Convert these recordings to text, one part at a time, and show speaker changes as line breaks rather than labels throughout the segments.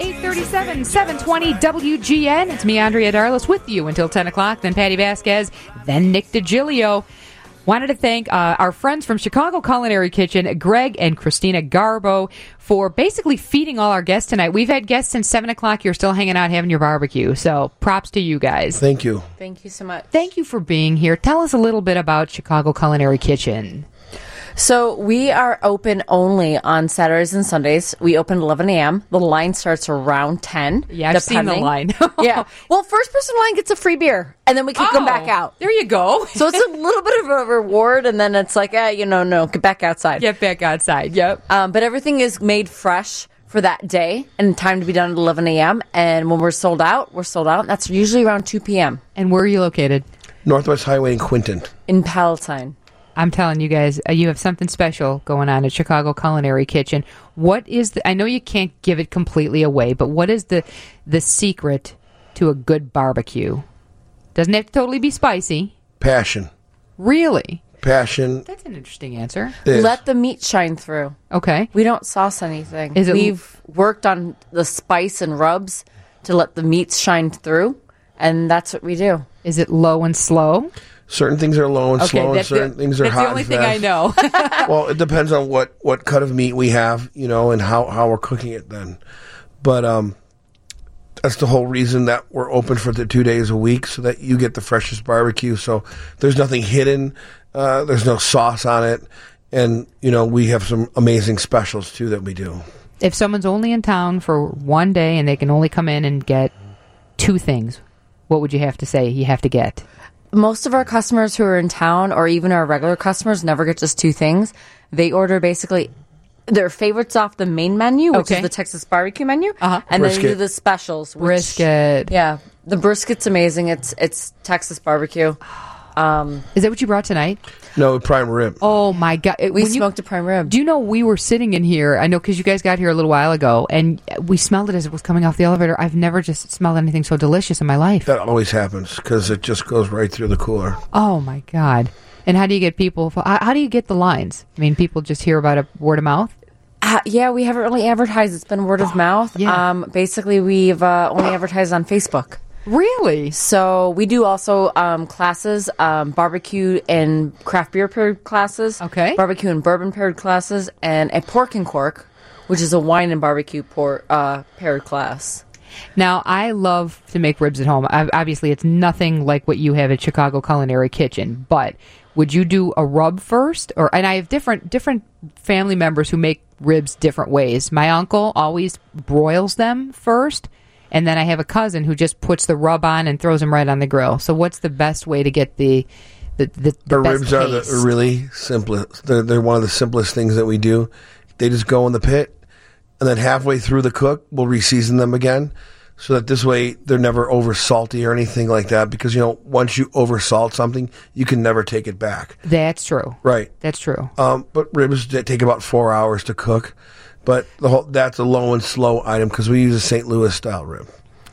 837 720 WGN. It's me, Andrea Darlis, with you until 10 o'clock, then Patty Vasquez, then Nick DiGilio. Wanted to thank uh, our friends from Chicago Culinary Kitchen, Greg and Christina Garbo, for basically feeding all our guests tonight. We've had guests since 7 o'clock. You're still hanging out having your barbecue. So props to you guys.
Thank you.
Thank you so much.
Thank you for being here. Tell us a little bit about Chicago Culinary Kitchen.
So we are open only on Saturdays and Sundays. We open 11 a.m. The line starts around 10.
Yeah, I've seen the line.
yeah. Well, first person in line gets a free beer, and then we can come back out.
Oh, There you go.
So it's a little bit of a reward, and then it's like, eh, you know, no, get back outside.
Get back outside. Yep.
Um, but everything is made fresh for that day and time to be done at 11 a.m. And when we're sold out, we're sold out. That's usually around 2 p.m.
And where are you located?
Northwest Highway in Quinton.
in Palatine.
I'm telling you guys, uh, you have something special going on at Chicago Culinary Kitchen. What is the? I know you can't give it completely away, but what is the the secret to a good barbecue? Doesn't have to totally be spicy.
Passion.
Really,
Passion.
that's an interesting answer.
Is.
Let the meat shine through.
Okay,
We don't sauce anything.
Is it-
We've worked on the spice and rubs to let the meats shine through, and that's what we do.
is it low and slow?
certain things are low and
Okay,
slow, and
that's the-
certain things are
that's
hot.
the only
and
thing I know.
fast. well, it depends on what what cut of meat we have, you know, and how how we're cooking it then. But um that's the whole reason that we're open for the two days a week so that you get the freshest barbecue. So there's nothing hidden. Uh, there's no sauce on it. And, you know, we have some amazing specials too that we do.
if someone's only in town for one day and they can only come in and get two things, what would you have to say? You have to get.
Most of our customers who are in town, or even our regular customers, never get just two things. They order basically their favorites off the main menu, which
Okay.
is the Texas barbecue menu, uh-huh. and then they do
Brisket.
the specials. Which,
Brisket.
Yeah, the brisket's amazing. It's it's Texas barbecue.
Is that what you brought tonight?
No, prime rib.
Oh my god! It-
We
when you-
smoked a prime rib.
Do you know we were sitting in here? I know because you guys got here a little while ago, and we smelled it as it was coming off the elevator. I've never just smelled anything so delicious in my life.
That always happens because it just goes right through the cooler.
oh my god! And how do you get people? How, how do you get the lines? I mean, people just hear about it word of mouth.
Uh, yeah, we haven't really advertised. It's been word of mouth.
yeah.
Um, basically, we've uh, only advertised on Facebook.
Really?
So we do also um, classes, um, barbecue and craft beer paired classes.
Okay.
Barbecue and bourbon paired classes, and a pork and cork, which is a wine and barbecue por- uh, paired class.
Now I love to make ribs at home. I, obviously, it's nothing like what you have at Chicago Culinary Kitchen, but. Would you do a rub first, or and I have different different family members who make ribs different ways. My uncle always broils them first, and then I have a cousin who just puts the rub on and throws them right on the grill. So, what's the best way to get the the the, the
The
best
ribs are the
taste?
are really simplest. They're, they're one of the simplest things that we do. They just go in the pit, and then halfway through the cook, we'll reseason them again, so that this way they're never over salty or anything like that. Because you know, once you over salt something, you can never take it back.
That's true.
Right.
That's true.
Um, but ribs that take about four hours to cook, but the whole that's a low and slow item because we use a St. Louis style rib.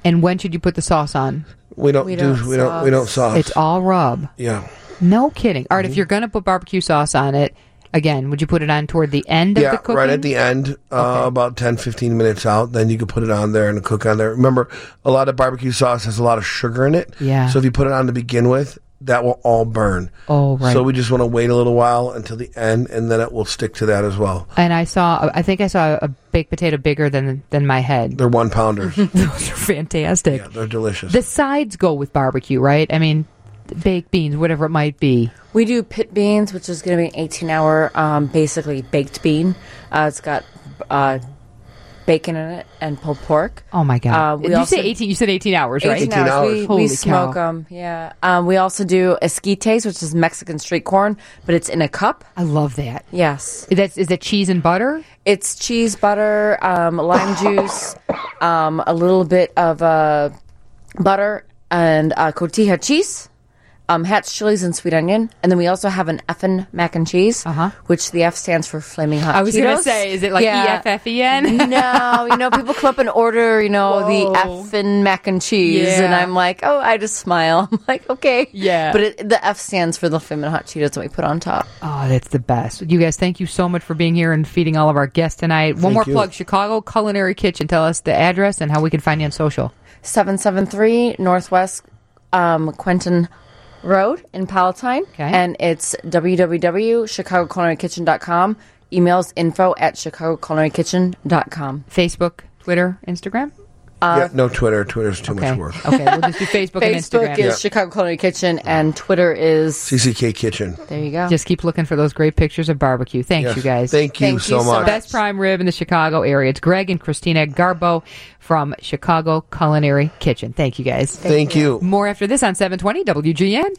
And when should you put the sauce on?
We don't
We
do
don't
we don't we don't sauce.
It's all rub.
yeah.
No kidding. All right,
Mm-hmm.
if you're gonna put barbecue sauce on it, again, would you put it on toward the end of
yeah,
the cooking?
right at the end, uh, about 10, 15 minutes out. Then you can put it on there and cook on there. Remember, a lot of barbecue sauce has a lot of sugar in it.
Yeah.
So if you put it on to begin with, that will all burn.
Oh, right.
So we just want to wait a little while until the end, and then it will stick to that as well.
And I saw, I think I saw a baked potato bigger than than my head.
They're one pounders. yeah,
Those are fantastic.
they're delicious.
Mm-hmm. The sides go with barbecue, right? I mean, baked beans, whatever it might be.
We do pit beans, which is going to be an 18 hour, um, basically baked bean. Uh, it's got uh, bacon in it and pulled pork.
Oh my
Uh,
god!
we
you
also-
say eighteen? You said eighteen hours, right?
18
18
hours.
hours.
We,
Holy
we smoke
cow.
them. Yeah. Um, we also do esquites, which is Mexican street corn, but it's in a cup.
I love that.
Yes.
That's is that cheese and butter?
It's cheese, butter, um, lime juice, um, a little bit of uh, butter, and uh, cotija cheese. um, Hat's chilies and sweet onion, and then we also have an effin mac and cheese,
Uh-huh.
which the F stands for flaming hot.
I was
going
gonna
to
say, is it like
E
E EFFEN?
no, you know, people come up and order, you know, the
Whoa.
effin mac and cheese,
Yeah.
and I'm like, oh, I just smile. I'm like, okay,
Yeah.
But it, the F stands for the flaming hot Cheetos that we put on top.
Oh, that's the best. You guys, thank you so much for being here and feeding all of our guests tonight. One more
you.
plug Chicago Culinary Kitchen. Tell us the address and how we can find you on social.
773 Northwest um, Quentin Road in Palatine.
Okay.
And it's www.chicagoculinaryKitchen.com. Emails info at chicagoculinaryKitchen.com.
Facebook, Twitter, Instagram?
yeah, no Twitter. Twitter's too
uh, Okay.
much work.
Okay, we'll just do Facebook, and
Facebook
Instagram.
is Chicago Culinary Kitchen and Twitter is.
CCK Kitchen.
There you go.
Just keep looking for those great pictures of barbecue. Thanks,
Yes.
you guys.
Thank you
Thank you
so
so
much.
much.
Best prime rib in the Chicago area. It's Greg and Christina Garbo from Chicago Culinary Kitchen. Thank you guys.
Thank you.
More after this on 720 WGN.